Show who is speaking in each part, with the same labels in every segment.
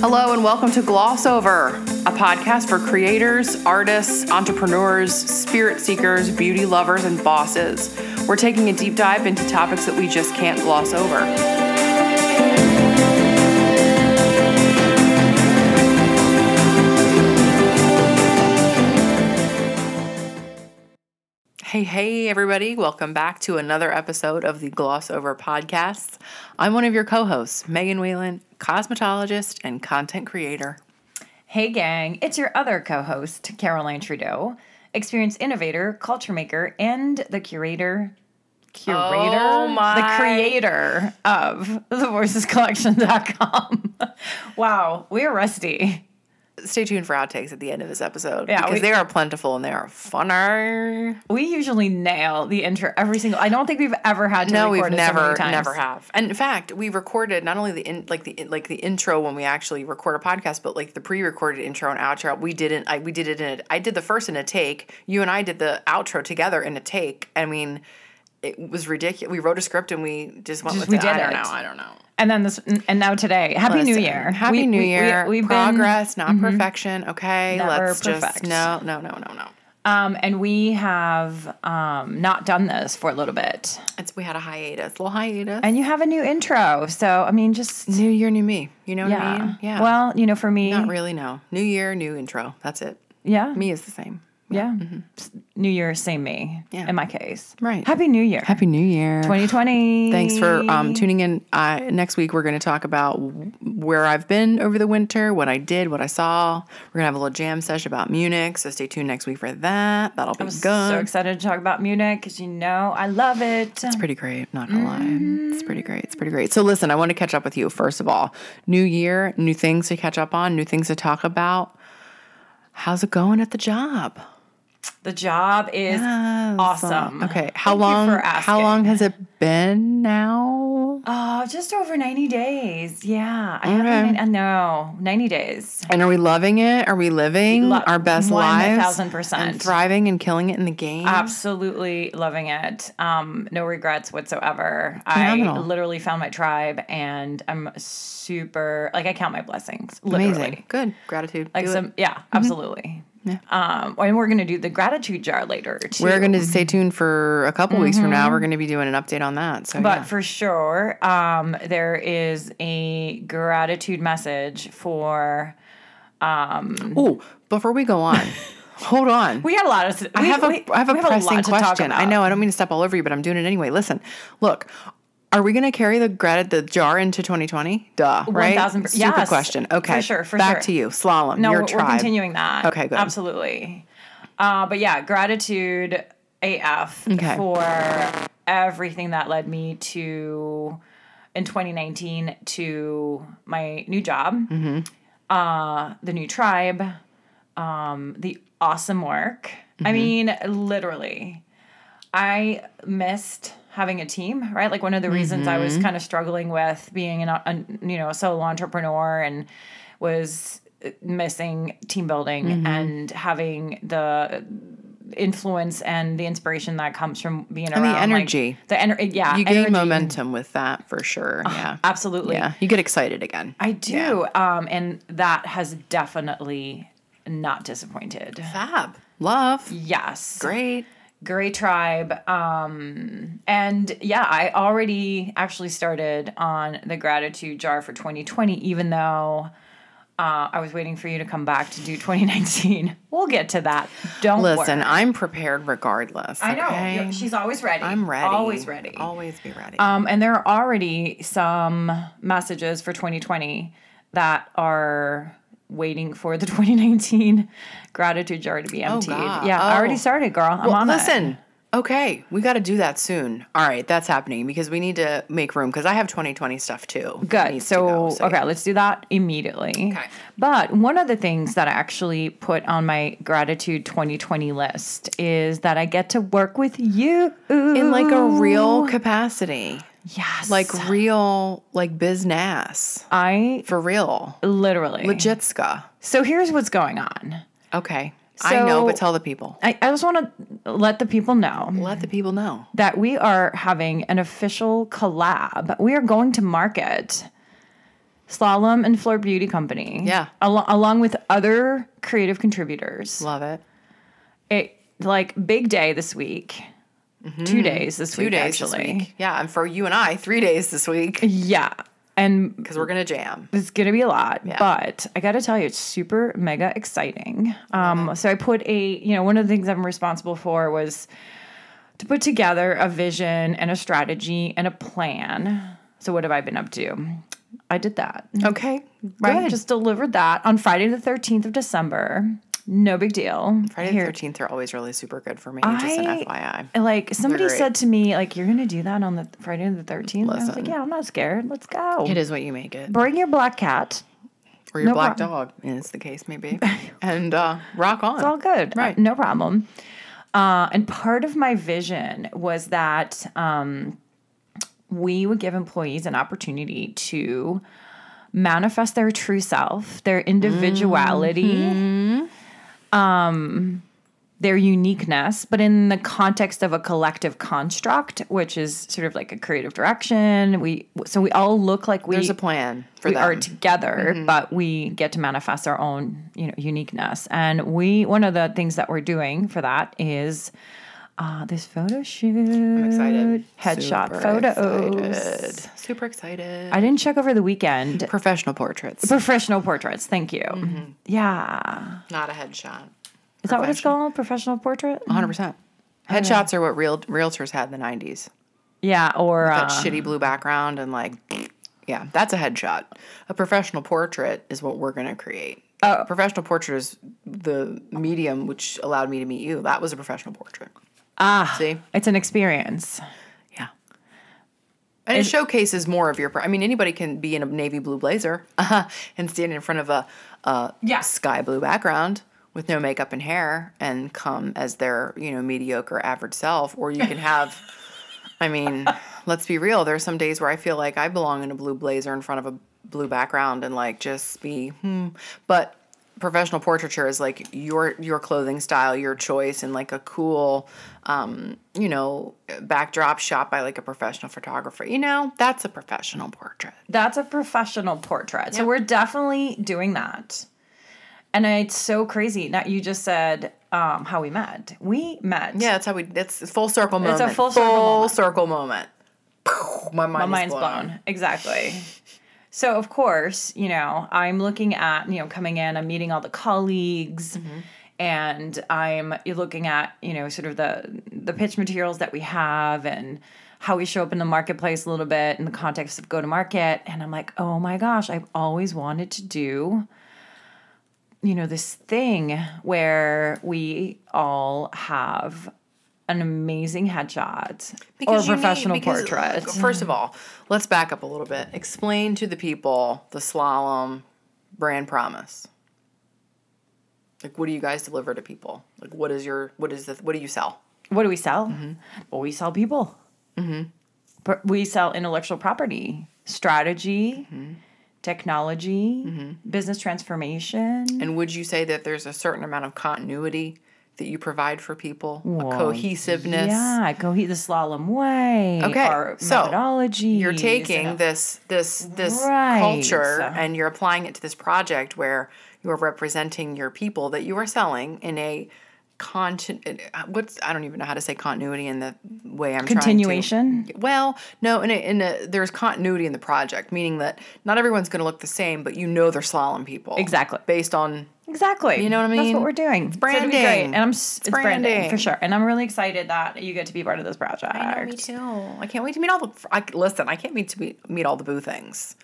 Speaker 1: Hello, and welcome to Gloss Over, a podcast for creators, artists, entrepreneurs, spirit seekers, beauty lovers, and bosses. We're taking a deep dive into topics that we just can't gloss over. Hey, hey, everybody. Welcome back to another episode of the Gloss Over Podcast. I'm one of your co hosts, Megan Whelan, cosmetologist and content creator.
Speaker 2: Hey, gang, it's your other co host, Caroline Trudeau, experience innovator, culture maker, and the curator. Curator?
Speaker 1: Oh, my.
Speaker 2: The creator of thevoicescollection.com. wow, we're rusty.
Speaker 1: Stay tuned for outtakes at the end of this episode
Speaker 2: Yeah,
Speaker 1: because
Speaker 2: we-
Speaker 1: they are plentiful and they are funner.
Speaker 2: We usually nail the intro every single I don't think we've ever had to
Speaker 1: No, we've
Speaker 2: record it so many
Speaker 1: never,
Speaker 2: times.
Speaker 1: never have. And in fact, we recorded not only the in, like the like the intro when we actually record a podcast, but like the pre-recorded intro and outro. We didn't. I we did it in. A, I did the first in a take. You and I did the outro together in a take. I mean, it was ridiculous. We wrote a script and we just went
Speaker 2: Just-
Speaker 1: with
Speaker 2: we
Speaker 1: it.
Speaker 2: did
Speaker 1: I don't
Speaker 2: it.
Speaker 1: know. I don't know.
Speaker 2: And then this and now today. Happy New
Speaker 1: Listen,
Speaker 2: Year.
Speaker 1: Happy
Speaker 2: We-
Speaker 1: New
Speaker 2: we- we-
Speaker 1: Year.
Speaker 2: we've been
Speaker 1: Progress, not perfection. Okay,
Speaker 2: Never
Speaker 1: let's just
Speaker 2: perfect.
Speaker 1: no, no, no, no, no.
Speaker 2: Um, and we have um, not done this for a little bit.
Speaker 1: It's we had a hiatus, little hiatus.
Speaker 2: And you have a new intro. So, I mean, just.
Speaker 1: new year, new me. You know
Speaker 2: yeah.
Speaker 1: what I mean? Yeah.
Speaker 2: Well, you know, for me.
Speaker 1: not really. No. New year, new intro. That's it.
Speaker 2: Yeah.
Speaker 1: Me is the same.
Speaker 2: Yeah. S- New Year, same me
Speaker 1: Yeah.
Speaker 2: in my case.
Speaker 1: Right.
Speaker 2: Happy New Year.
Speaker 1: Happy New Year.
Speaker 2: 2020.
Speaker 1: Thanks for um, tuning in. Uh, next week, we're going to talk about w- where I've been over the winter, what I did, what I saw. We're going to have a little jam session about Munich. So stay tuned next week for that. That'll be good.
Speaker 2: So excited to talk about Munich because you know I love it.
Speaker 1: It's pretty great. Not gonna lie, it's pretty great. It's pretty great. So listen, I want to catch up with you first of all. New year, new things to catch up on, new things to talk about. How's it going at the job?
Speaker 2: The job is awesome.
Speaker 1: Oh, Okay. How
Speaker 2: Thank you
Speaker 1: long?
Speaker 2: for
Speaker 1: how
Speaker 2: asking.
Speaker 1: long has it been now?
Speaker 2: Oh, just over 90 days. Yeah. I haven't
Speaker 1: Okay.
Speaker 2: been, I know. 90 days.
Speaker 1: And are we loving it? Are we living
Speaker 2: Lo-
Speaker 1: Mm, our best
Speaker 2: one
Speaker 1: lives?
Speaker 2: thousand percent.
Speaker 1: And thriving and killing it in the game.
Speaker 2: Absolutely loving it. Um, no regrets whatsoever.
Speaker 1: Phenomenal.
Speaker 2: I literally found my tribe and I'm super like I count my blessings. Literally.
Speaker 1: Amazing. Good. Gratitude.
Speaker 2: Like
Speaker 1: Do it. Mm-hmm.
Speaker 2: some yeah, absolutely.
Speaker 1: Yeah.
Speaker 2: Um and we're gonna do the gratitude jar later too. Mm-hmm.
Speaker 1: We're going to stay tuned for a couple weeks from now. We're going to be doing an update on that. So,
Speaker 2: but
Speaker 1: yeah.
Speaker 2: for sure, um, there is a gratitude message for.
Speaker 1: Oh, before we go on, hold on.
Speaker 2: We had a lot of.
Speaker 1: I
Speaker 2: we-
Speaker 1: have a
Speaker 2: we-
Speaker 1: I have a
Speaker 2: we
Speaker 1: pressing
Speaker 2: lot to talk
Speaker 1: question. I
Speaker 2: about.
Speaker 1: know I don't mean to step all over you, but I'm doing it anyway. Listen, look, are we going to carry the grat- the jar into 2020? Duh, right?
Speaker 2: 1000%
Speaker 1: Stupid
Speaker 2: yes,
Speaker 1: question.
Speaker 2: for
Speaker 1: Okay,
Speaker 2: sure, for
Speaker 1: back
Speaker 2: sure.
Speaker 1: to you, slalom.
Speaker 2: No,
Speaker 1: your
Speaker 2: we're, we're
Speaker 1: tribe.
Speaker 2: continuing that.
Speaker 1: Okay, good.
Speaker 2: Absolutely. Uh, but yeah, gratitude AF
Speaker 1: Okay.
Speaker 2: for everything that led me to in 2019 to my new job,
Speaker 1: Mm-hmm.
Speaker 2: uh, the new tribe, um, the awesome work.
Speaker 1: Mm-hmm.
Speaker 2: I mean, literally. I missed having a team, right? Like one of the reasons I
Speaker 1: Mm-hmm.
Speaker 2: was kind of struggling with being an, an you know, a solo entrepreneur and was uh, missing team building
Speaker 1: Mm-hmm.
Speaker 2: and having the influence and the inspiration that comes from being around
Speaker 1: the
Speaker 2: like,
Speaker 1: energy.
Speaker 2: the energy, yeah,
Speaker 1: You gain
Speaker 2: energy.
Speaker 1: momentum with that for sure. Yeah,
Speaker 2: Absolutely.
Speaker 1: yeah. You get excited again.
Speaker 2: I do. Um, and that has definitely not disappointed.
Speaker 1: Fab, love,
Speaker 2: Yes.
Speaker 1: great.
Speaker 2: Gray Tribe. Um, and yeah, I already actually started on the gratitude jar for 2020, even though uh, I was waiting for you to come back to do 2019. We'll get to that. Don't
Speaker 1: Listen,
Speaker 2: worry.
Speaker 1: I'm prepared regardless.
Speaker 2: I know
Speaker 1: okay?
Speaker 2: You're- she's always ready.
Speaker 1: I'm ready.
Speaker 2: Always ready.
Speaker 1: Always be ready.
Speaker 2: Um, and there are already some messages for 2020 that are waiting for the 2019 gratitude jar to be emptied.
Speaker 1: Oh, God.
Speaker 2: yeah, I already
Speaker 1: Oh.
Speaker 2: started, girl. I'm on it.
Speaker 1: Listen, okay, we got to do that soon. All right, that's happening because we need to make room because I have 2020 stuff too. that
Speaker 2: Good.
Speaker 1: needs to
Speaker 2: So,
Speaker 1: go,
Speaker 2: okay, let's do that immediately. Okay. But one of the things that I actually put on my gratitude 2020 list is that I get to work with you.
Speaker 1: in like a real capacity,
Speaker 2: yes.
Speaker 1: like real, like biznass
Speaker 2: I
Speaker 1: for real,
Speaker 2: literally.
Speaker 1: legitska.
Speaker 2: So here's what's going on.
Speaker 1: Okay, I know,
Speaker 2: So-
Speaker 1: but tell the people.
Speaker 2: I, I just want to let the people know
Speaker 1: Let the people know.
Speaker 2: that we are having an official collab. We are going to market Slalom and Floor Beauty Company.
Speaker 1: Yeah.
Speaker 2: Al- along with other creative contributors.
Speaker 1: Love it.
Speaker 2: It like big day this week. Two days this
Speaker 1: Mm-hmm. Two
Speaker 2: week.
Speaker 1: days
Speaker 2: actually.
Speaker 1: this week. Yeah, and for you and I, three days this week
Speaker 2: Yeah. And
Speaker 1: because we're gonna jam.
Speaker 2: it's gonna be a lot, but I gotta tell you, it's super mega exciting. Um, so I put a, you know, one of the things I'm responsible for was to put together a vision and a strategy and a plan. So what have I been up to? I did that.
Speaker 1: Okay,
Speaker 2: Right.
Speaker 1: good.
Speaker 2: Just delivered that on Friday the 13th of December. No big deal.
Speaker 1: Friday the thirteenth are always really super good for me. just an
Speaker 2: I-
Speaker 1: FYI.
Speaker 2: And, Like somebody
Speaker 1: great.
Speaker 2: said to me, like, you're gonna do that on the Friday the 13th? And I was
Speaker 1: Listen.
Speaker 2: like, yeah, I'm not scared. Let's go.
Speaker 1: It is what you make it,
Speaker 2: Bring your black cat.
Speaker 1: or your
Speaker 2: no
Speaker 1: black dog, is the case maybe. and uh, rock on.
Speaker 2: It's all good.
Speaker 1: Right.
Speaker 2: Uh, no problem. Uh, and part of my vision was that um, we would give employees an opportunity to manifest their true self, their individuality, um,
Speaker 1: Mm-hmm.
Speaker 2: their uniqueness, but in the context of a collective construct, which is sort of like a creative direction. We so we all look like we
Speaker 1: There's a plan for Mm-hmm.
Speaker 2: we
Speaker 1: that.
Speaker 2: are together, but we get to manifest our own, you know, uniqueness. And we one of the things that we're doing for that is uh, this photo shoot. I'm
Speaker 1: excited.
Speaker 2: Headshot
Speaker 1: Super
Speaker 2: photos.
Speaker 1: excited. Super excited.
Speaker 2: I didn't check over the weekend.
Speaker 1: Professional portraits,
Speaker 2: Professional portraits, thank you.
Speaker 1: Mm-hmm.
Speaker 2: Yeah.
Speaker 1: not a headshot.
Speaker 2: Is that what it's called? Professional portrait?
Speaker 1: One hundred percent. Headshots are what real realtors had in the nineties.
Speaker 2: Yeah, or
Speaker 1: that
Speaker 2: uh,
Speaker 1: shitty blue background and like yeah that's a headshot a professional portrait is what we're going to create
Speaker 2: Oh.
Speaker 1: A professional portrait is the medium which allowed me to meet you that was a professional portrait ah see
Speaker 2: it's an experience.
Speaker 1: yeah and it showcases more of your per- i mean anybody can be in a navy blue blazer and stand in front of a, a
Speaker 2: Yeah.
Speaker 1: sky blue background with no makeup and hair and come as their you know mediocre average self or you can have I mean, let's be real. There's some days where I feel like I belong in a blue blazer in front of a blue background and like just be hmm. But professional portraiture is like your your clothing style, your choice, and like a cool, um, you know, backdrop shot by like a professional photographer. You know, that's a professional portrait.
Speaker 2: That's a professional portrait. So we're definitely doing that. And it's so crazy. Now you just said um, how we met. We met.
Speaker 1: Yeah, that's how we. That's a full circle moment.
Speaker 2: a full circle moment.
Speaker 1: circle moment. Pow, My mind
Speaker 2: My
Speaker 1: is
Speaker 2: mind's blown. Exactly. So of course, you know, I'm looking at, you know, coming in, I'm meeting all the colleagues
Speaker 1: Mm-hmm.
Speaker 2: and I'm looking at, you know, sort of the the pitch materials that we have and how we show up in the marketplace a little bit in the context of go to market and I'm like, "Oh my gosh, I've always wanted to do you know, this thing where we all have an amazing headshot
Speaker 1: Because you
Speaker 2: or a
Speaker 1: need-
Speaker 2: professional
Speaker 1: because,
Speaker 2: portrait.
Speaker 1: First of all, let's back up a little bit. Explain to the people the slalom brand promise. Like, what do you guys deliver to people? Like, what is your what is the what do you sell?
Speaker 2: what do we sell?
Speaker 1: Mm-hmm.
Speaker 2: Well, we sell people. Pro- We sell intellectual property, strategy,
Speaker 1: Mm-hmm.
Speaker 2: technology, business transformation.
Speaker 1: And would you say that there's a certain amount of continuity that you provide for people, a cohesiveness?
Speaker 2: Yeah, go heat the slalom way.
Speaker 1: Okay,
Speaker 2: our
Speaker 1: so
Speaker 2: methodology.
Speaker 1: You're taking this this this
Speaker 2: Right.
Speaker 1: culture and you're applying it to this project where you are representing your people that you are selling in a content what's I don't even know how to say continuity in the way I'm trying to
Speaker 2: continuation.
Speaker 1: well, no, in a, in a, there's continuity in the project, meaning that not everyone's going to look the same, but you know they're slalom people
Speaker 2: Exactly.
Speaker 1: based on
Speaker 2: Exactly. You
Speaker 1: know what I
Speaker 2: That's
Speaker 1: mean?
Speaker 2: what we're doing. It's
Speaker 1: branding.
Speaker 2: And I'm s- it's branding.
Speaker 1: branding.
Speaker 2: for sure. And I'm really excited that you get to be part of this project.
Speaker 1: Oh, me too. I can't wait to meet all the. I, listen, I can't wait to meet, meet all the boo things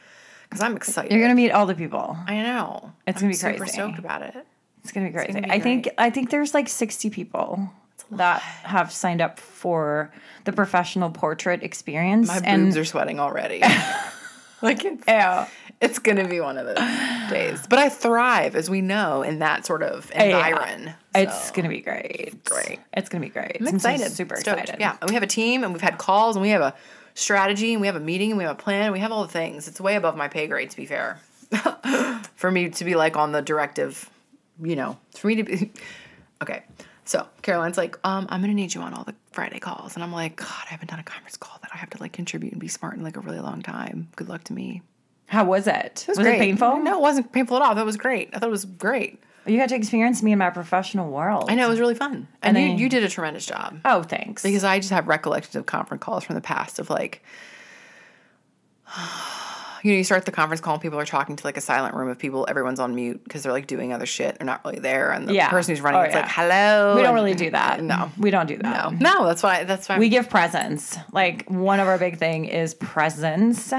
Speaker 1: because I'm excited.
Speaker 2: You're gonna meet all the people.
Speaker 1: I know.
Speaker 2: It's gonna be
Speaker 1: super
Speaker 2: crazy.
Speaker 1: stoked about it.
Speaker 2: It's gonna be crazy.
Speaker 1: gonna be
Speaker 2: I think I think there's like 60 people that have signed up for the professional portrait experience.
Speaker 1: My
Speaker 2: and
Speaker 1: boobs are sweating already. like it's,
Speaker 2: Yeah.
Speaker 1: it's gonna be one of those days. But I thrive, as we know, in that sort of environ.
Speaker 2: uh, it's gonna be great.
Speaker 1: great.
Speaker 2: It's gonna be great.
Speaker 1: I'm excited,
Speaker 2: super
Speaker 1: stoked.
Speaker 2: excited.
Speaker 1: Yeah, and we have a team, and we've had calls, and we have a strategy, and we have a meeting, and we have a plan, and we have all the things. It's way above my pay grade, to be fair. for me to be like on the directive, you know, for me to be. Okay, so Caroline's like, um, I'm gonna need you on all the Friday calls, and I'm like, God, I haven't done a conference call that I have to like contribute and be smart in like a really long time. Good luck to me.
Speaker 2: How was it?
Speaker 1: It was,
Speaker 2: was
Speaker 1: great.
Speaker 2: it painful?
Speaker 1: No, it wasn't painful at all. That was great. I thought it was great.
Speaker 2: You got to experience me in my professional world.
Speaker 1: I know it was really fun, and,
Speaker 2: And
Speaker 1: you,
Speaker 2: I-
Speaker 1: you did a tremendous job
Speaker 2: Oh, thanks.
Speaker 1: because I just have recollections of conference calls from the past of like. You know, you start the conference call and people are talking to like a silent room of people. Everyone's on mute because they're like doing other shit. They're not really there, and the
Speaker 2: Yeah.
Speaker 1: person who's running
Speaker 2: Oh,
Speaker 1: it's
Speaker 2: yeah.
Speaker 1: like, "Hello."
Speaker 2: we don't
Speaker 1: and-
Speaker 2: really do that.
Speaker 1: No,
Speaker 2: we don't do that.
Speaker 1: no, no. That's why. That's why
Speaker 2: We give presents. Like one of our big thing is presents.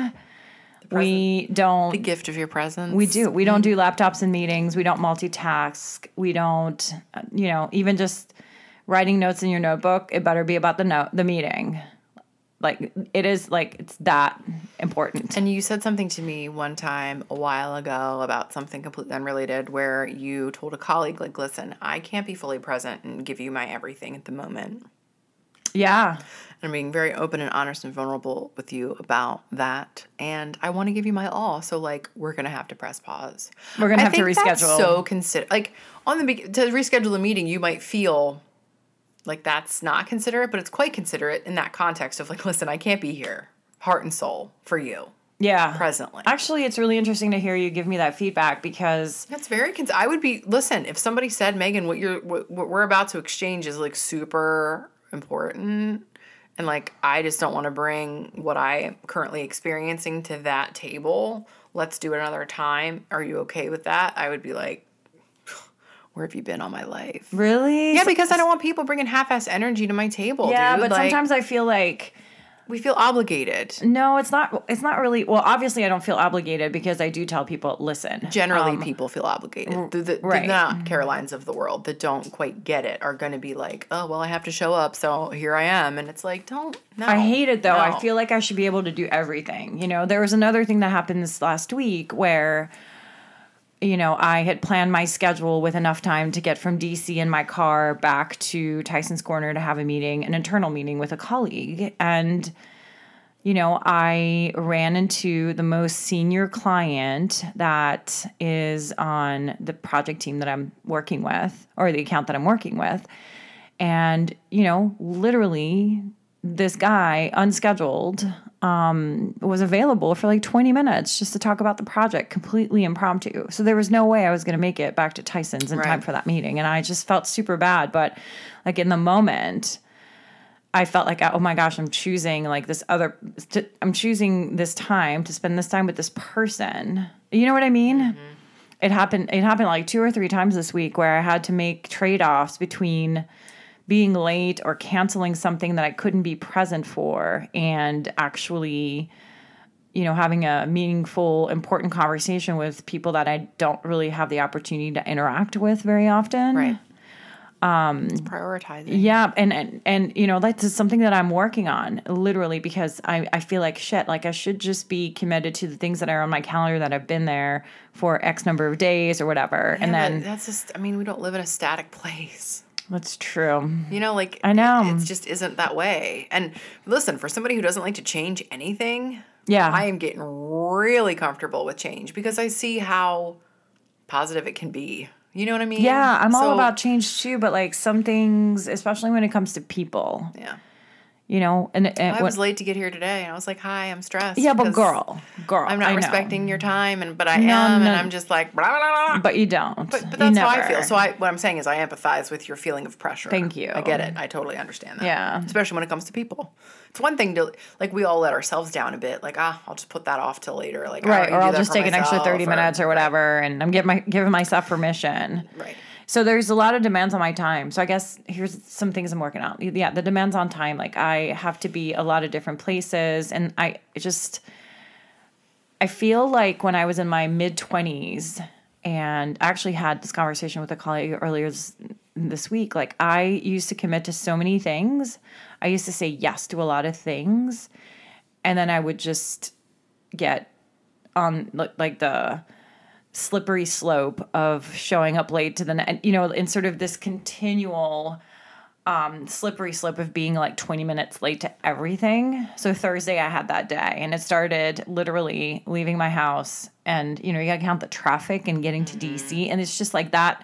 Speaker 2: We don't
Speaker 1: the gift of your presence.
Speaker 2: We do. We
Speaker 1: Mm-hmm.
Speaker 2: don't do laptops in meetings. We don't multitask. We don't, uh, you know, even just writing notes in your notebook. It better be about the note, the meeting. Like it is like it's that important.
Speaker 1: And you said something to me one time a while ago about something completely unrelated where you told a colleague, like, listen, I can't be fully present and give you my everything at the moment.
Speaker 2: Yeah,
Speaker 1: And I'm being very open and honest and vulnerable with you about that. And I want to give you my all. So, like, we're going to have to press pause.
Speaker 2: We're gonna
Speaker 1: I
Speaker 2: have to
Speaker 1: think that's
Speaker 2: reschedule.
Speaker 1: so consider, like, on the, be- to reschedule a meeting, you might feel like that's not considerate, but it's quite considerate in that context of, like, listen, I can't be here, heart and soul, for you
Speaker 2: yeah.
Speaker 1: presently.
Speaker 2: Actually, it's really interesting to hear you give me that feedback because
Speaker 1: That's very. Cons- I would be listen if somebody said Megan, what you're what, what we're about to exchange is like super important, and like I just don't want to bring what I'm currently experiencing to that table. Let's do it another time. Are you okay with that? I would be like, where have you been all my life?
Speaker 2: really,
Speaker 1: Yeah, because I don't want people bringing half-ass energy to my table.
Speaker 2: yeah.
Speaker 1: dude.
Speaker 2: But
Speaker 1: Like,
Speaker 2: sometimes I feel like
Speaker 1: we feel obligated.
Speaker 2: no, it's not. It's not really. Well, obviously, I don't feel obligated because I do tell people, listen.
Speaker 1: Generally, people feel obligated. The, the,
Speaker 2: Um, right.
Speaker 1: the
Speaker 2: Mm-hmm.
Speaker 1: not Carolines of the world that don't quite get it are going to be like, oh, well, I have to show up, so here I am. And it's like, don't, no.
Speaker 2: I hate it though.
Speaker 1: no.
Speaker 2: I feel like I should be able to do everything. You know, there was another thing that happened this last week where, you know, I had planned my schedule with enough time to get from DC in my car back to Tyson's Corner to have a meeting, an internal meeting with a colleague. And, you know, I ran into the most senior client that is on the project team that I'm working with or the account that I'm working with. And, you know, literally this guy, unscheduled, um, was available for like 20 minutes just to talk about the project completely impromptu. So there was no way I was going to make it back to Tyson's in time for that meeting. And I just felt super bad. But like in the moment, I felt like, oh my gosh, I'm choosing like this other, to, I'm choosing this time to spend this time with this person. You know what I mean? It happened, it happened like two or three times this week where I had to make trade offs between being late or canceling something that I couldn't be present for and actually, you know, having a meaningful, important conversation with people that I don't really have the opportunity to interact with very often.
Speaker 1: Right. Um, prioritizing.
Speaker 2: Yeah, and and and you know that's just something that I'm working on literally because I I feel like shit. Like I should just be committed to the things that are on my calendar that have been there for X number of days or whatever. and
Speaker 1: Yeah, but
Speaker 2: then
Speaker 1: that's just, I mean, we don't live in a static place.
Speaker 2: that's true.
Speaker 1: You know, like,
Speaker 2: I know.
Speaker 1: It, it just isn't that way. And listen, for somebody who doesn't like to change anything,
Speaker 2: Yeah,
Speaker 1: I am getting really comfortable with change because I see how positive it can be. You know what I mean?
Speaker 2: yeah, I'm all
Speaker 1: So-
Speaker 2: about change too. But like some things, especially when it comes to people,
Speaker 1: Yeah.
Speaker 2: you know, and, and
Speaker 1: I
Speaker 2: what-
Speaker 1: was late to get here today, and I was like, "Hi, I'm stressed."
Speaker 2: yeah, but
Speaker 1: because
Speaker 2: girl, girl,
Speaker 1: I'm not
Speaker 2: I know.
Speaker 1: respecting your time, and but I am,
Speaker 2: no.
Speaker 1: and I'm just like, blah, blah, blah, blah.
Speaker 2: But you don't.
Speaker 1: But,
Speaker 2: You
Speaker 1: but that's how I
Speaker 2: never.
Speaker 1: feel. So I, what I'm saying is, I empathize with your feeling of pressure.
Speaker 2: Thank you.
Speaker 1: I get it. I totally understand that.
Speaker 2: Yeah.
Speaker 1: especially when it comes to people. It's one thing to like we all let ourselves down a bit. Like ah, I'll just put that off till later. Like I
Speaker 2: right,
Speaker 1: already
Speaker 2: or
Speaker 1: do
Speaker 2: I'll
Speaker 1: that
Speaker 2: just
Speaker 1: for
Speaker 2: take an extra
Speaker 1: myself,
Speaker 2: thirty minutes or whatever, and I'm giving my giving myself permission.
Speaker 1: Right.
Speaker 2: So there's a lot of demands on my time. So I guess here's some things I'm working on. Yeah, the demands on time. Like I have to be a lot of different places, and I it just I feel like when I was in my mid twenties, and I actually had this conversation with a colleague earlier this, this week. Like I used to commit to so many things. I used to say yes to a lot of things, and then I would just get on like- like the slippery slope of showing up late to the night, you know, in sort of this continual um, slippery slope of being like 20 minutes late to everything. So Thursday I had that day and it started literally leaving
Speaker 1: Mm-hmm.
Speaker 2: my house and, you know, you gotta count the traffic and getting to DC. And it's just like that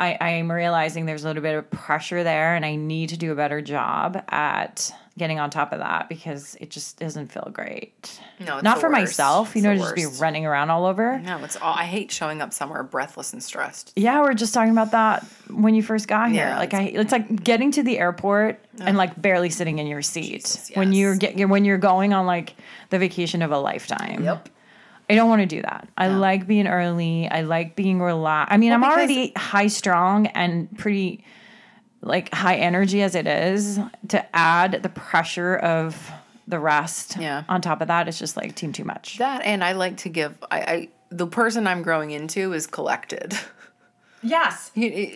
Speaker 2: I, I'm realizing there's a little bit of pressure there, and I need to do a better job at getting on top of that because it just doesn't feel great.
Speaker 1: No, it's
Speaker 2: Not
Speaker 1: the
Speaker 2: for
Speaker 1: worst.
Speaker 2: myself, you
Speaker 1: It's
Speaker 2: know,
Speaker 1: the
Speaker 2: to just be
Speaker 1: worst.
Speaker 2: running around all over.
Speaker 1: No, it's all. I hate showing up somewhere breathless and stressed.
Speaker 2: Yeah, we are just talking about that when you first got here.
Speaker 1: Yeah,
Speaker 2: like I, it's like getting to the airport and like barely sitting in your seat
Speaker 1: Jesus,
Speaker 2: when you're
Speaker 1: yes.
Speaker 2: getting when you're going on like the vacation of a lifetime. I don't want to do that. I like being early. I like being relaxed. I mean, I'm
Speaker 1: because-
Speaker 2: already high strong and pretty like high energy as it is. To add the pressure of the rest
Speaker 1: Yeah.
Speaker 2: on top of that, it's just like team too much.
Speaker 1: That and I like to give. I, I the person I'm growing into is collected.
Speaker 2: Yes.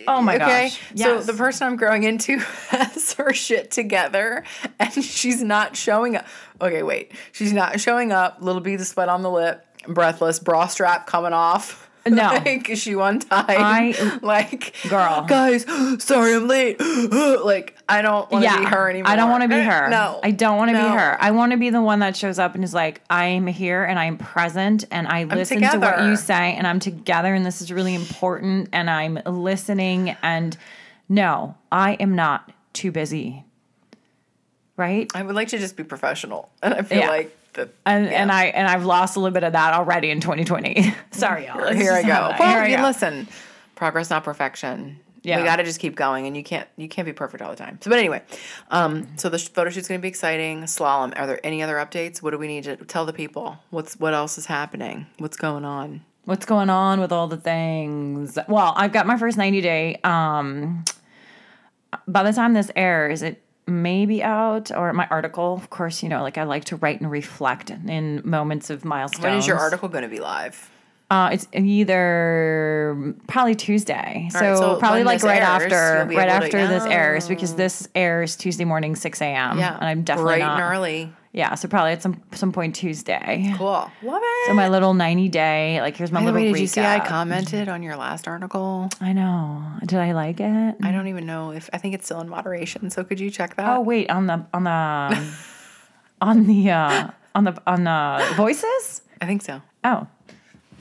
Speaker 1: Oh
Speaker 2: my
Speaker 1: okay?
Speaker 2: gosh,
Speaker 1: So
Speaker 2: yes.
Speaker 1: the person I'm growing into has her shit together and she's not showing up. Okay, wait. She's not showing up. Little bee the split on the lip, breathless, bra strap coming off.
Speaker 2: No.
Speaker 1: like, is she one time?
Speaker 2: I-
Speaker 1: like,
Speaker 2: Girl.
Speaker 1: Guys, sorry I'm late. like, I don't want to be her anymore. Uh,
Speaker 2: I don't want to be her.
Speaker 1: No.
Speaker 2: I don't want to
Speaker 1: No.
Speaker 2: be her. I want to be the one that shows up and is like, I'm here and I'm present and I listen to what
Speaker 1: together.
Speaker 2: you say and I'm together and this is really important and I'm listening. And no, I am not too busy. Right?
Speaker 1: I would like to just be professional. And I feel
Speaker 2: Yeah.
Speaker 1: like that.
Speaker 2: And, and I and I've lost a little bit of that already in 2020. Sorry, y'all. It's
Speaker 1: here I
Speaker 2: just
Speaker 1: go.
Speaker 2: how it-
Speaker 1: Well,
Speaker 2: here I
Speaker 1: you
Speaker 2: go.
Speaker 1: listen, progress not perfection.
Speaker 2: Yeah.
Speaker 1: We got to just keep going, and you can't you can't be perfect all the time. So, but anyway, um, so the sh- photo shoot's going to be exciting. Slalom. Are there any other updates? What do we need to tell the people? What's what else is happening? What's going on?
Speaker 2: what's going on with all the things well i've got my first 90 day um by the time this airs it may be out or my article of course you know like i like to write and reflect in moments of milestones
Speaker 1: When is your article going to be live?
Speaker 2: uh it's either probably tuesday so,
Speaker 1: right, so
Speaker 2: probably
Speaker 1: when
Speaker 2: like
Speaker 1: this
Speaker 2: right
Speaker 1: airs, you'll
Speaker 2: after
Speaker 1: be
Speaker 2: right
Speaker 1: able to-
Speaker 2: after this airs because this airs tuesday morning 6 a.m
Speaker 1: Yeah,
Speaker 2: and i'm definitely
Speaker 1: bright
Speaker 2: not
Speaker 1: and early.
Speaker 2: yeah so probably at some some point tuesday
Speaker 1: Cool. Love it.
Speaker 2: so my little 90 day like here's my
Speaker 1: By the
Speaker 2: little
Speaker 1: way, did you see I
Speaker 2: recap.
Speaker 1: commented on your last article?
Speaker 2: I know. Did I like it?
Speaker 1: I don't even know if I think it's still in moderation. So could you check that?
Speaker 2: Oh wait, on the on the on the uh, on the on the voices.
Speaker 1: I think so.
Speaker 2: Oh,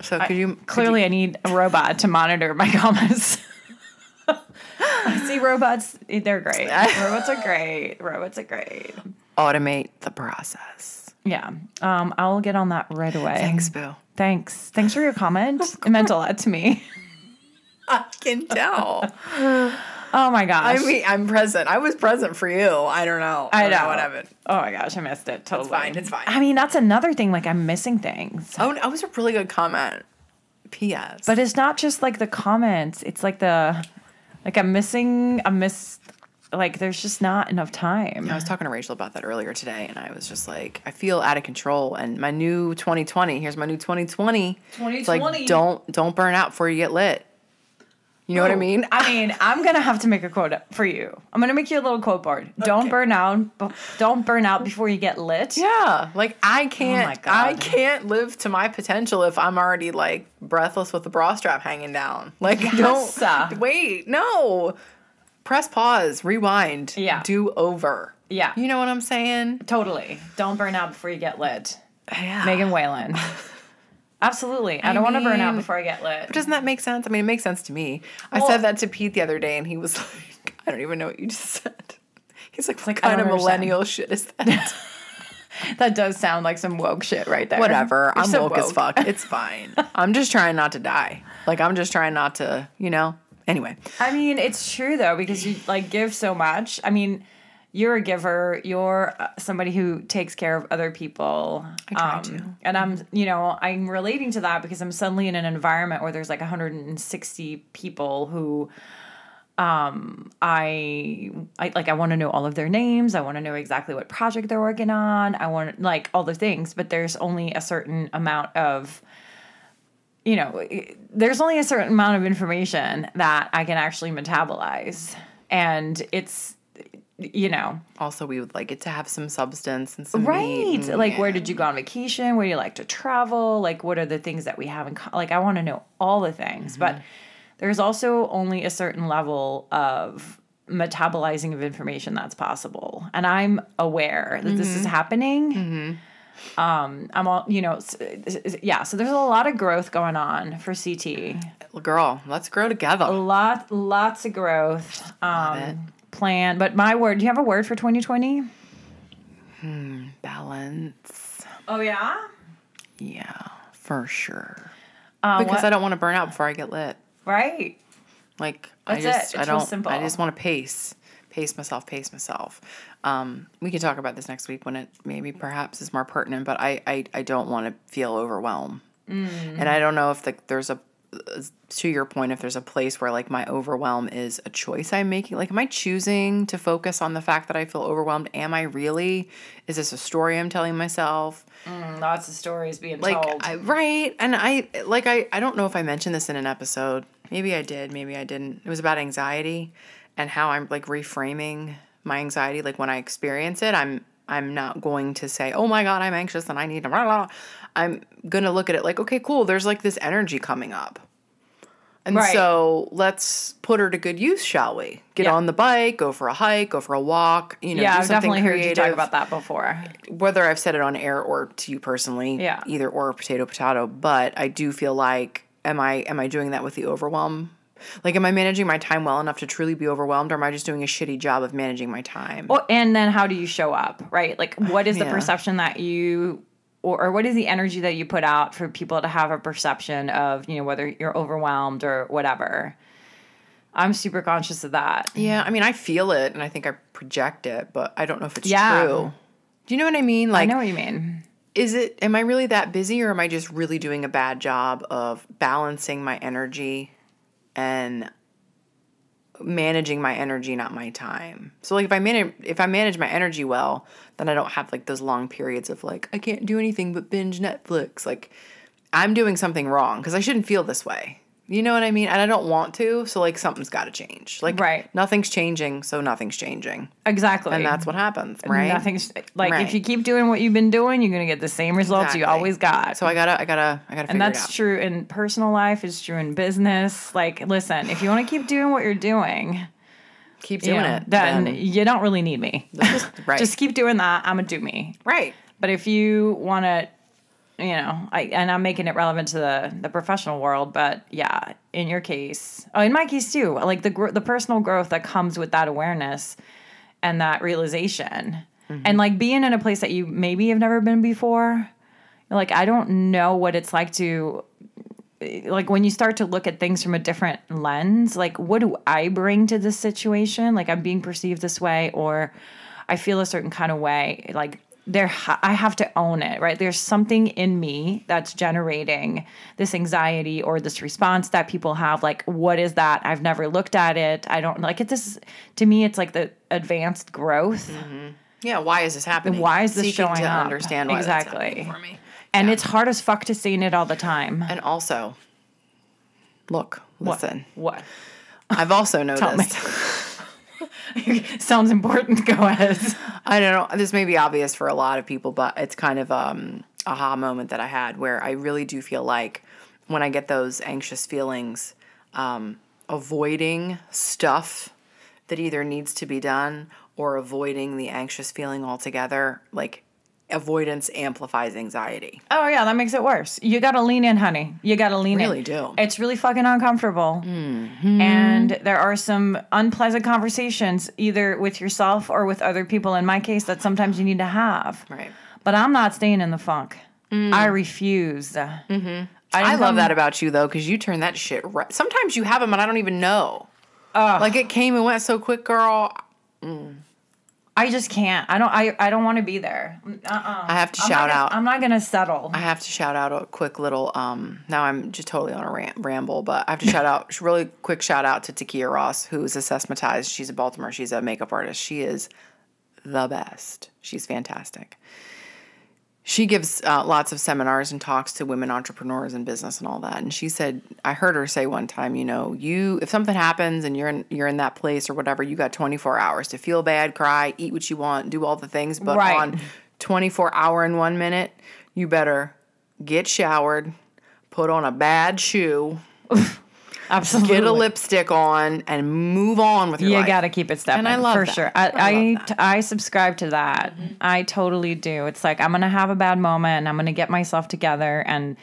Speaker 1: So could you could
Speaker 2: clearly I need a robot to monitor my comments. I see robots. They're great. robots are great. Robots are great.
Speaker 1: you automate the process?
Speaker 2: Yeah. Um, I'll get on that right away.
Speaker 1: Thanks, Boo.
Speaker 2: Thanks. Thanks for your comment. It meant a lot to me.
Speaker 1: I can tell.
Speaker 2: Oh my gosh.
Speaker 1: I mean, I'm present. I was present for you. I don't know.
Speaker 2: I
Speaker 1: don't
Speaker 2: know.
Speaker 1: what happened.
Speaker 2: Oh my gosh, I missed it. Totally.
Speaker 1: fine, it's fine.
Speaker 2: I mean, that's another thing. Like I'm missing things.
Speaker 1: Oh, that was a really good comment. P.S.
Speaker 2: But it's not just like the comments. It's like the like I'm missing a miss like there's just not enough time.
Speaker 1: I was talking to Rachel about that earlier today, and I was just like, I feel out of control. And my new 2020. Here's my new 2020. It's like
Speaker 2: 2020.
Speaker 1: don't don't burn out before you get lit. You know what I mean?
Speaker 2: I mean, I'm gonna have to make a quote for you. I'm gonna make you a little quote board. Don't burn out. b- Don't burn out before you get lit.
Speaker 1: Yeah, like I can't,
Speaker 2: Oh God.
Speaker 1: I can't live to my potential if I'm already like breathless with the bra strap hanging down. Like,
Speaker 2: Yes. Uh.
Speaker 1: don't wait, no, press pause, rewind,
Speaker 2: Yeah.
Speaker 1: do over.
Speaker 2: Yeah.
Speaker 1: you know what I'm saying?
Speaker 2: Totally. Don't burn out before you get lit.
Speaker 1: Yeah.
Speaker 2: Megan Whalen. Absolutely. I, don't want to burn out
Speaker 1: mean-
Speaker 2: before I get lit.
Speaker 1: doesn't that make sense? I mean, it makes sense to me. I
Speaker 2: Well-
Speaker 1: said that to Pete the other day, and he was like, "I don't even know what you just said." He's like, "What
Speaker 2: I
Speaker 1: kind of
Speaker 2: don't understand."
Speaker 1: millennial shit is that?"
Speaker 2: That does sound like some woke shit right there.
Speaker 1: Whatever.
Speaker 2: You're
Speaker 1: I'm
Speaker 2: so
Speaker 1: woke, as fuck. It's fine. I'm just trying not to die. Like I'm just trying not to, you know. Anyway,
Speaker 2: I mean, it's true though because you like give so much. I mean, you're a giver. You're uh, somebody who takes care of other people. I
Speaker 1: try
Speaker 2: um,
Speaker 1: to.
Speaker 2: And I'm, you know, I'm relating to that because I'm suddenly in an environment where there's like 160 people who um I I like I want to know all of their names. I want to know exactly what project they're working on. I want like all the things, but there's only a certain amount of you know, there's only a certain amount of information that I can actually metabolize. And it's, you know,
Speaker 1: also we would like it to have some substance and some meat
Speaker 2: right.
Speaker 1: and-
Speaker 2: Like, where did you go on vacation? Where do you like to travel? Like, what are the things that we have in common? Like, I want to know all the things. But there's also only a certain level of metabolizing of information that's possible. And I'm aware that this is happening. Um, I'm all, you know, s- s- s- yeah. So there's a lot of growth going on for CT.
Speaker 1: Girl, let's grow together.
Speaker 2: Lot, lots of growth.
Speaker 1: it.
Speaker 2: Um, plan. But my word, do you have a word for 2020?
Speaker 1: Balance.
Speaker 2: Oh yeah.
Speaker 1: Yeah, for sure.
Speaker 2: Uh,
Speaker 1: Because
Speaker 2: what-
Speaker 1: I don't want to burn out before I get lit.
Speaker 2: right.
Speaker 1: Like I
Speaker 2: That's it.
Speaker 1: just I
Speaker 2: It's real
Speaker 1: don't
Speaker 2: simple.
Speaker 1: I just want to pace pace myself pace myself. Um, we can talk about this next week when it maybe perhaps is more pertinent. But I I, I don't want to feel overwhelmed,
Speaker 2: Mm.
Speaker 1: and I don't know if like there's a to your point if there's a place where like my overwhelm is a choice I'm making. Like am I choosing to focus on the fact that I feel overwhelmed? Am I really? Is this a story I'm telling myself?
Speaker 2: Mm, lots of stories being
Speaker 1: like
Speaker 2: told.
Speaker 1: I, right and i like I, I don't know if i mentioned this in an episode maybe i did maybe i didn't it was about anxiety and how i'm like reframing my anxiety like when i experience it i'm i'm not going to say oh my god i'm anxious and i need to blah, blah. i'm gonna look at it like okay cool there's like this energy coming up and
Speaker 2: Right.
Speaker 1: so let's put her to good use, shall we? Get
Speaker 2: Yeah.
Speaker 1: on the bike, go for a hike, go for a walk. You know,
Speaker 2: yeah,
Speaker 1: do
Speaker 2: I've
Speaker 1: something
Speaker 2: definitely heard you talk
Speaker 1: creative
Speaker 2: about that before.
Speaker 1: whether I've said it on air or to you personally,
Speaker 2: Yeah.
Speaker 1: either or potato potato, but I do feel like am I am I doing that with the overwhelm? Like am I managing my time well enough to truly be overwhelmed or am I just doing a shitty job of managing my time?
Speaker 2: Well, and then how do you show up, right? Like, what is the
Speaker 1: Yeah.
Speaker 2: perception that you, or, or what is the energy that you put out for people to have a perception of, you know, whether you're overwhelmed or whatever? I'm super conscious of that.
Speaker 1: yeah, I mean I feel it and I think I project it, but I don't know if it's
Speaker 2: Yeah.
Speaker 1: true. Do you know what I mean? Like
Speaker 2: I know what you mean.
Speaker 1: is it am I really that busy or am I just really doing a bad job of balancing my energy and managing my energy not my time. So like if I manage if I manage my energy well, then I don't have like those long periods of like I can't do anything but binge Netflix. Like I'm doing something wrong cuz I shouldn't feel this way. You know what I mean? And I don't want to, so like something's got to change. Like
Speaker 2: Right.
Speaker 1: nothing's changing, so nothing's changing.
Speaker 2: Exactly.
Speaker 1: And that's what happens, right?
Speaker 2: Nothing's like
Speaker 1: Right.
Speaker 2: if you keep doing what you've been doing, you're gonna get the same results you
Speaker 1: Exactly.
Speaker 2: always got.
Speaker 1: So I got to I got to I got to figure
Speaker 2: and
Speaker 1: it out.
Speaker 2: that's true in personal life. It's true in business. Like, listen, if you want to keep doing what you're doing,
Speaker 1: Keep
Speaker 2: you
Speaker 1: doing
Speaker 2: know,
Speaker 1: it.
Speaker 2: then, you don't really need me.
Speaker 1: Just- right.
Speaker 2: Just keep doing that. I'm gonna do me.
Speaker 1: right.
Speaker 2: But if you want to, you know, I, and I'm making it relevant to the, the professional world, but yeah, in your case, oh, in my case too, like the gro- the personal growth that comes with that awareness and that realization, and like being in a place that you maybe have never been before, like I don't know what it's like to like when you start to look at things from a different lens, like what do I bring to this situation? Like I'm being perceived this way, or I feel a certain kind of way. Like there, ha- I have to own it, right? There's something in me that's generating this anxiety or this response that people have. Like, what is that? I've never looked at it. I don't like it. This to me, it's like the advanced growth.
Speaker 1: Yeah, why is this happening?
Speaker 2: Why is this
Speaker 1: Seeking
Speaker 2: showing
Speaker 1: to
Speaker 2: up?
Speaker 1: understand why exactly.
Speaker 2: Exactly.
Speaker 1: for me.
Speaker 2: And it's hard as fuck to see in it all the time.
Speaker 1: And also, look, listen.
Speaker 2: What?
Speaker 1: I've also
Speaker 2: me.
Speaker 1: noticed.
Speaker 2: Sounds important. Go ahead.
Speaker 1: I don't know. This may be obvious for a lot of people, but it's kind of um aha moment that I had where I really do feel like when I get those anxious feelings, um, avoiding stuff that either needs to be done or avoiding the anxious feeling altogether, like avoidance amplifies anxiety.
Speaker 2: Oh yeah, that makes it worse. You gotta lean in, honey. You gotta lean in.
Speaker 1: Really do. Mm-hmm.
Speaker 2: It's really fucking uncomfortable. And there are some unpleasant conversations either with yourself or with other people. In my case, that sometimes you need to have.
Speaker 1: Right.
Speaker 2: But I'm not staying in the funk.
Speaker 1: Mm.
Speaker 2: I refuse.
Speaker 1: I love that about you though, because you turn that shit right. Sometimes you have them and I don't even know. like it came and went so quick, girl.
Speaker 2: I just can't. I don't. I. I don't want to be there.
Speaker 1: I have to
Speaker 2: I'm not
Speaker 1: shout
Speaker 2: gonna-
Speaker 1: out.
Speaker 2: I'm not gonna settle.
Speaker 1: I have to shout out a quick little. um Now I'm just totally on a rant, ramble, but I have to shout out really quick shout out to Takia Ross, who is a sesmatized. She's a Baltimore. She's a makeup artist. She is the best. She's fantastic. She gives uh, lots of seminars and talks to women entrepreneurs and business and all that. And she said, I heard her say one time, you know, you if something happens and you're in you're in that place or whatever, you got 24 hours to feel bad, cry, eat what you want, do all the things, but
Speaker 2: Right.
Speaker 1: on 24 hour and one minute, you better get showered, put on a bad shoe,
Speaker 2: Absolutely.
Speaker 1: Get a lipstick on and move on with your
Speaker 2: you
Speaker 1: life.
Speaker 2: gotta keep it stepping
Speaker 1: And I love
Speaker 2: for
Speaker 1: that. Mm-hmm.
Speaker 2: sure.
Speaker 1: I
Speaker 2: I
Speaker 1: love
Speaker 2: I, t- I subscribe to that. I totally do. It's like I'm gonna have a bad moment and I'm gonna get myself together and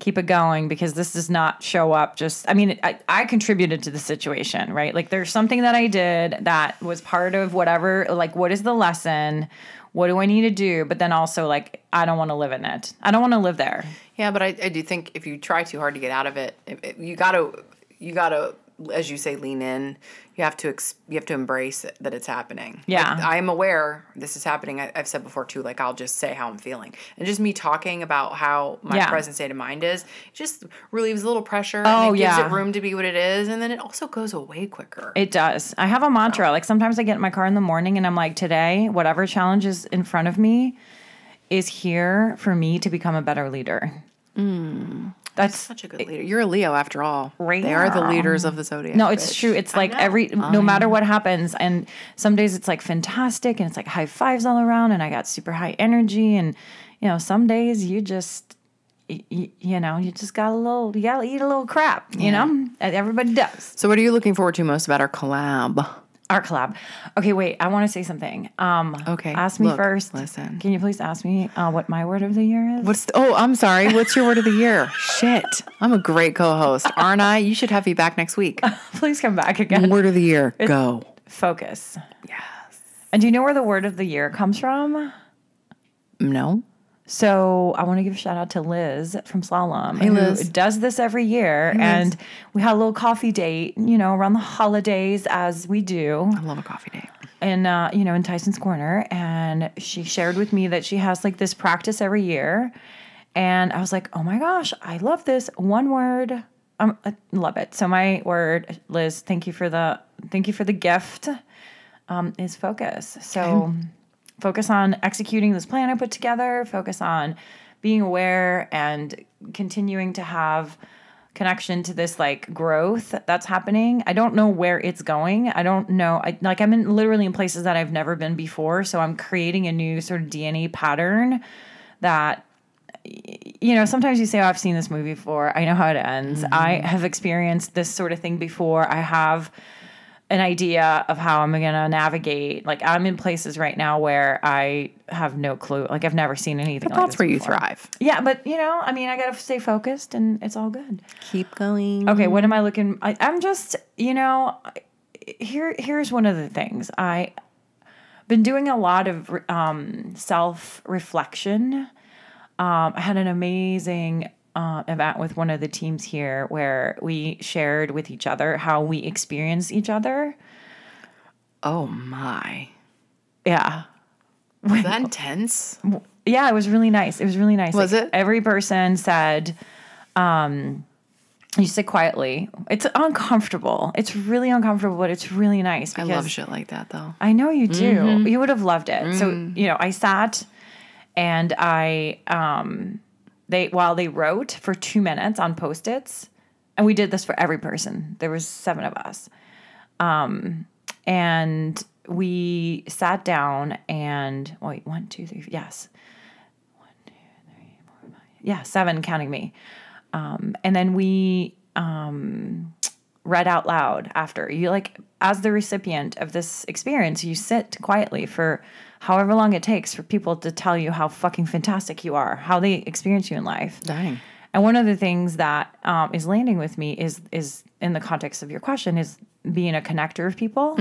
Speaker 2: keep it going because this does not show up just i mean I, I contributed to the situation right like there's something that i did that was part of whatever like what is the lesson what do i need to do but then also like i don't want to live in it i don't want to live there
Speaker 1: Yeah, but I, I do think if you try too hard to get out of it, if- if you gotta you gotta as you say lean in. You have to ex- you have to embrace it, that it's happening. Like,
Speaker 2: Yeah.
Speaker 1: I am aware this is happening. I, I've said before too. Like I'll just say how I'm feeling, and just me talking about how my
Speaker 2: Yeah.
Speaker 1: present state of mind is just relieves a little pressure.
Speaker 2: Oh,
Speaker 1: and it
Speaker 2: yeah.
Speaker 1: gives it room to be what it is, and then it also goes away quicker.
Speaker 2: It does. I have a mantra. Like sometimes I get in my car in the morning and I'm like, today, whatever challenge is in front of me is here for me to become a better leader.
Speaker 1: Mm.
Speaker 2: That's
Speaker 1: Such a good leader. You're a Leo after all.
Speaker 2: Right
Speaker 1: They are the
Speaker 2: now.
Speaker 1: leaders of the zodiac.
Speaker 2: no, it's
Speaker 1: bitch.
Speaker 2: true. It's like
Speaker 1: know.
Speaker 2: every no matter what happens, and some days it's like fantastic and it's like high fives all around, and I got super high energy, and you know, some days you just. y- y- You know, you just got a little, you gotta eat a little crap, you know? Everybody does.
Speaker 1: So, what are you looking forward to most about our collab?
Speaker 2: our collab. Okay, wait. I want to say something. Um,
Speaker 1: Okay,
Speaker 2: Ask me
Speaker 1: look,
Speaker 2: first.
Speaker 1: listen.
Speaker 2: Can you please ask me uh, what my word of the year is?
Speaker 1: What's the, oh, I'm sorry. What's your word of the year? Shit, I'm a great co-host, aren't I? You should have me back next week.
Speaker 2: Please come back again.
Speaker 1: Word of the year, go.
Speaker 2: Focus. Yes. And do you know where the word of the year comes from?
Speaker 1: No,
Speaker 2: So I want to give a shout out to Liz from Slalom, who
Speaker 1: Liz.
Speaker 2: does this every year, and we had a little coffee date, you know, around the holidays as we do.
Speaker 1: I love a coffee date.
Speaker 2: in uh, you know in Tyson's Corner, and she shared with me that she has like this practice every year, and I was like, oh my gosh, I love this one word, um, I love it. So my word, Liz, thank you for the thank you for the gift, um, is focus. So focus on executing this plan I put together. Focus on being aware and continuing to have connection to this like growth that's happening. I don't know where it's going. I don't know. I, like I'm in literally in places that I've never been before, so I'm creating a new sort of DNA pattern that you know, sometimes you say, oh, I've seen this movie before. I know how it ends.
Speaker 1: Mm-hmm.
Speaker 2: I have experienced this sort of thing before. I have an idea of how I'm going to navigate. Like, I'm in places right now where I have no clue. Like, I've never seen anything like
Speaker 1: That's
Speaker 2: this
Speaker 1: where you
Speaker 2: before.
Speaker 1: thrive.
Speaker 2: Yeah, but, you know, I mean, I got to stay focused and it's all good.
Speaker 1: Keep going.
Speaker 2: Okay, what am I looking? I, I'm just, you know, I- here. Here's one of the things I been doing a lot of um, self reflection. Um, I had an amazing uh, event with one of the teams here where we shared with each other how we experience each other.
Speaker 1: Oh my,
Speaker 2: Yeah,
Speaker 1: was that intense?
Speaker 2: yeah, it was really nice. It was really nice.
Speaker 1: Was
Speaker 2: Like,
Speaker 1: it?
Speaker 2: Every person said, um, you said quietly. It's uncomfortable. It's really uncomfortable, but it's really nice.
Speaker 1: I
Speaker 2: Because
Speaker 1: love shit like that though.
Speaker 2: I know you do. You would have loved it. So, you know, I sat and I um they while they wrote for 2 minutes on post-its and we did this for every person. There was 7 of us. Um and we sat down and wait, one, two, three, yes. One, two, three, four, five. Yeah, seven counting me. Um, and then we read out loud after. You like as the recipient of this experience, you sit quietly for however long it takes for people to tell you how fucking fantastic you are, how they experience you in life.
Speaker 1: Dang.
Speaker 2: And one of the things that um, is landing with me is is in the context of your question is being a connector of people.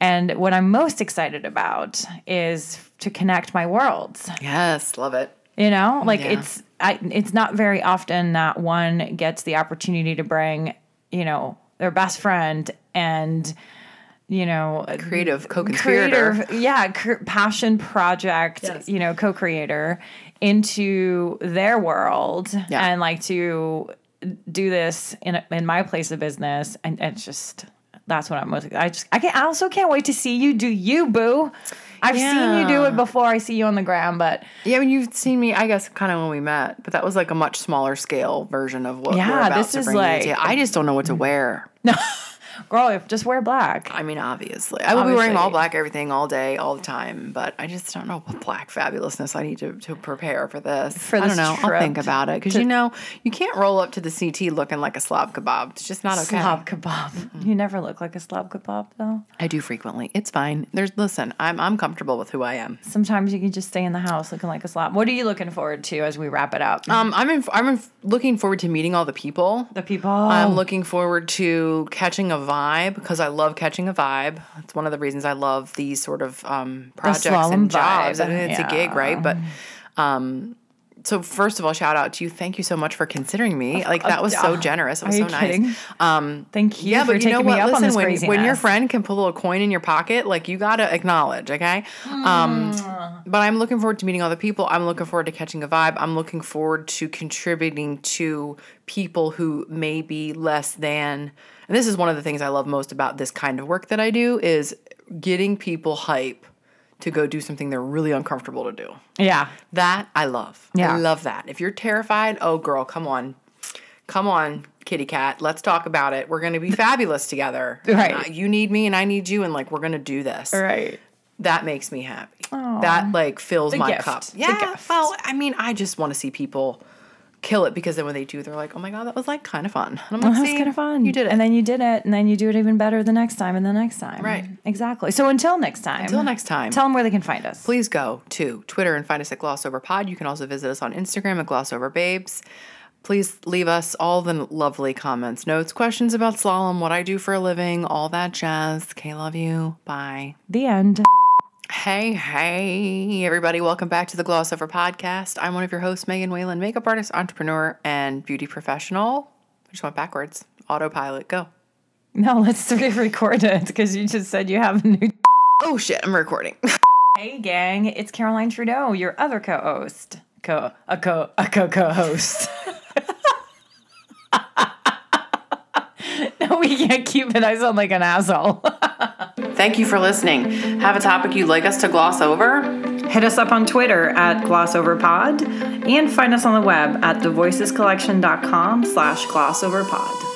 Speaker 2: And what I'm most excited about is to connect my worlds.
Speaker 1: Yes, love it.
Speaker 2: You know, like
Speaker 1: Oh, Yeah.
Speaker 2: it's I, it's not very often that one gets the opportunity to bring, you know, their best friend and, you know,
Speaker 1: Creative co-conspirator.
Speaker 2: creative, yeah, cr- passion project,
Speaker 1: Yes.
Speaker 2: you know, co-creator into their world
Speaker 1: Yeah.
Speaker 2: and like to do this in in my place of business, and it's just that's what I'm most. I just I can I also can't wait to see you do you, boo. I've seen you do
Speaker 1: Yeah.
Speaker 2: it before. I see you on the ground, but.
Speaker 1: Yeah, I mean, you've seen me, I guess, kind of when we met, but that was like a much smaller scale version of what.
Speaker 2: Yeah,
Speaker 1: we're about
Speaker 2: this
Speaker 1: to
Speaker 2: is
Speaker 1: bring you
Speaker 2: like-
Speaker 1: to. I just don't know what to wear.
Speaker 2: girl, if- just wear black.
Speaker 1: I mean, obviously, I will be wearing
Speaker 2: Obviously.
Speaker 1: all black everything all day, all the time. But I just don't know what black fabulousness I need to, to prepare for this.
Speaker 2: For
Speaker 1: I don't
Speaker 2: this
Speaker 1: know. I'll
Speaker 2: trip
Speaker 1: think about it because you know you can't roll up to the CT looking like a slob kebab. It's just not okay.
Speaker 2: Slob kebab. Mm-hmm. You never look like a slob kebab though.
Speaker 1: I do frequently. It's fine. There's listen. I'm I'm comfortable with who I am.
Speaker 2: Sometimes you can just stay in the house looking like a slob. What are you looking forward to as we wrap it up?
Speaker 1: Um, I'm in, I'm in, looking forward to meeting all the people.
Speaker 2: the people.
Speaker 1: I'm looking forward to catching a vibe because I love catching a vibe. It's one of the reasons I love these sort of um, projects
Speaker 2: slalom
Speaker 1: and jobs.
Speaker 2: vibe,
Speaker 1: I mean, it's a gig, right? But um, so first of all, shout out to you. Thank you so much for considering me. Like that was so
Speaker 2: uh,
Speaker 1: generous. It was
Speaker 2: are
Speaker 1: so
Speaker 2: you
Speaker 1: nice.
Speaker 2: kidding?
Speaker 1: Um,
Speaker 2: Thank you
Speaker 1: yeah,
Speaker 2: for
Speaker 1: but you
Speaker 2: taking
Speaker 1: know
Speaker 2: me
Speaker 1: what?
Speaker 2: up on
Speaker 1: Listen,
Speaker 2: this
Speaker 1: when,
Speaker 2: craziness.
Speaker 1: when your friend can pull a coin in your pocket, like you gotta acknowledge, okay?
Speaker 2: Mm.
Speaker 1: Um, but I'm looking forward to meeting all the people. I'm looking forward to catching a vibe. I'm looking forward to contributing to people who may be less than. And this is one of the things I love most about this kind of work that I do is getting people hype to go do something they're really uncomfortable to do.
Speaker 2: yeah,
Speaker 1: That I love.
Speaker 2: Yeah.
Speaker 1: I love that. If you're terrified, oh girl, come on. Come on, kitty cat. Let's talk about it. We're going to be fabulous together.
Speaker 2: Right.
Speaker 1: And I- you need me and I need you and like we're going to do this.
Speaker 2: right.
Speaker 1: That makes me happy. That like fills my
Speaker 2: gift.
Speaker 1: cup.
Speaker 2: The
Speaker 1: Yeah.
Speaker 2: gift.
Speaker 1: Well, I mean, I just want to see people kill it because then when they do, they're like, "Oh my god, that was like kind of fun." And I'm like,
Speaker 2: That was
Speaker 1: "See,
Speaker 2: kind of fun.
Speaker 1: You did it."
Speaker 2: and then you did it, and then you do it even better the next time, and the next time.
Speaker 1: Right.
Speaker 2: Exactly. So until next time.
Speaker 1: Until next time.
Speaker 2: Tell them where they can find us.
Speaker 1: please go to Twitter and find us at Glossover Pod. You can also visit us on Instagram at Glossover Babes. Please leave us all the lovely comments, notes, questions about slalom, what I do for a living, all that jazz. Okay, love you. Bye.
Speaker 2: The end.
Speaker 1: Hey, hey, everybody. Welcome back to the Gloss Over Podcast. I'm one of your hosts, Megan Whalen, makeup artist, entrepreneur, and beauty professional. I just went backwards. Autopilot, go.
Speaker 2: No, let's re-record it because you just said you have a new.
Speaker 1: Oh, shit, I'm recording.
Speaker 2: Hey, gang! It's Caroline Trudeau, your other co-host, co a co a co co-host. no, we can't keep it. I sound like an asshole.
Speaker 1: Thank you for listening. Have a topic you'd like us to gloss over?
Speaker 2: Hit us up on Twitter at GlossOverPod and find us on the web at thevoicescollection.com slash GlossOverPod.